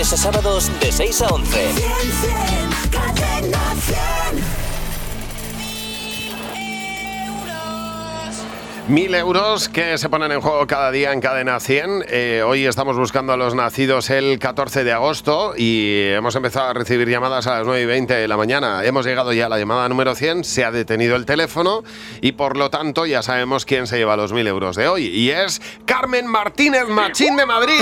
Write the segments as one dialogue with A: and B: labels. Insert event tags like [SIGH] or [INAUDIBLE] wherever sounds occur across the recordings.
A: a sábados de 6 a 11.
B: Cadena 100.
C: Mil euros que se ponen en juego cada día en Cadena 100. Eh, hoy estamos buscando a los nacidos el 14 de agosto y hemos empezado a recibir llamadas a las 9 y 20 de la mañana. Hemos llegado ya a la llamada número 100, se ha detenido el teléfono y por lo tanto ya sabemos quién se lleva los mil euros de hoy. Y es Carmen Martínez Machín de Madrid.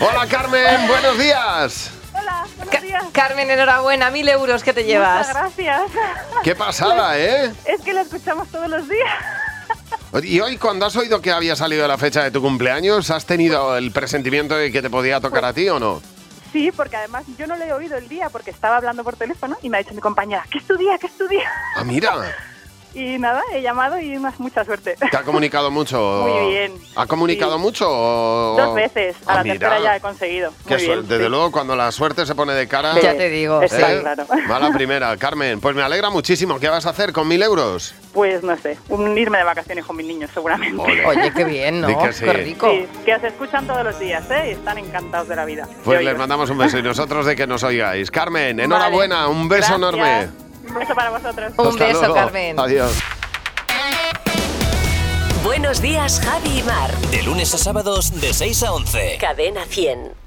C: Hola Carmen, buenos días.
D: Hola, buenos
E: Ca-
D: días.
E: Carmen, enhorabuena, mil euros que te llevas.
D: Muchas gracias. [LAUGHS]
C: Qué pasada, ¿eh?
D: Es que la escuchamos todos los días. [LAUGHS]
C: Y hoy, cuando has oído que había salido la fecha de tu cumpleaños, ¿has tenido el presentimiento de que te podía tocar a ti o no?
D: Sí, porque además yo no le he oído el día porque estaba hablando por teléfono y me ha dicho mi compañera, ¿qué estudia? ¿Qué estudia? [LAUGHS]
C: Ah, mira,
D: Y nada, he llamado y más mucha suerte.
C: te ha comunicado mucho.
D: Muy bien,
C: ¿Ha comunicado
D: sí.
C: mucho? o-
D: [LAUGHS] Dos veces, a
C: Ah,
D: la
C: mira.
D: tercera ya he conseguido.
C: Qué
D: Muy bien,
C: suerte, desde
D: sí.
C: luego, cuando la suerte se pone de cara.
E: Ya te digo.
D: Está
C: ¿eh?
D: claro.
C: [LAUGHS] Va la primera, Carmen. Pues me alegra muchísimo. ¿Qué vas a hacer con mil euros?
D: [LAUGHS] Pues no sé, un irme de vacaciones con mis niños seguramente.
C: Ole.
E: Oye, qué bien, ¿no?
C: Di que sí.
E: Qué rico.
D: [LAUGHS] Sí, que os escuchan todos los días, ¿eh? Y están encantados de la vida.
C: Pues
D: Yo
C: les
D: oigo.
C: mandamos un beso y nosotros de que nos oigáis. Carmen, enhorabuena, un beso
D: Gracias.
C: enorme.
D: Un beso para vosotros.
E: Un
C: Hasta
E: beso,
C: luego.
E: Carmen.
C: Adiós.
F: Buenos días, Javi y Mar.
A: De lunes a sábados de 6 a 11.
F: Cadena 100.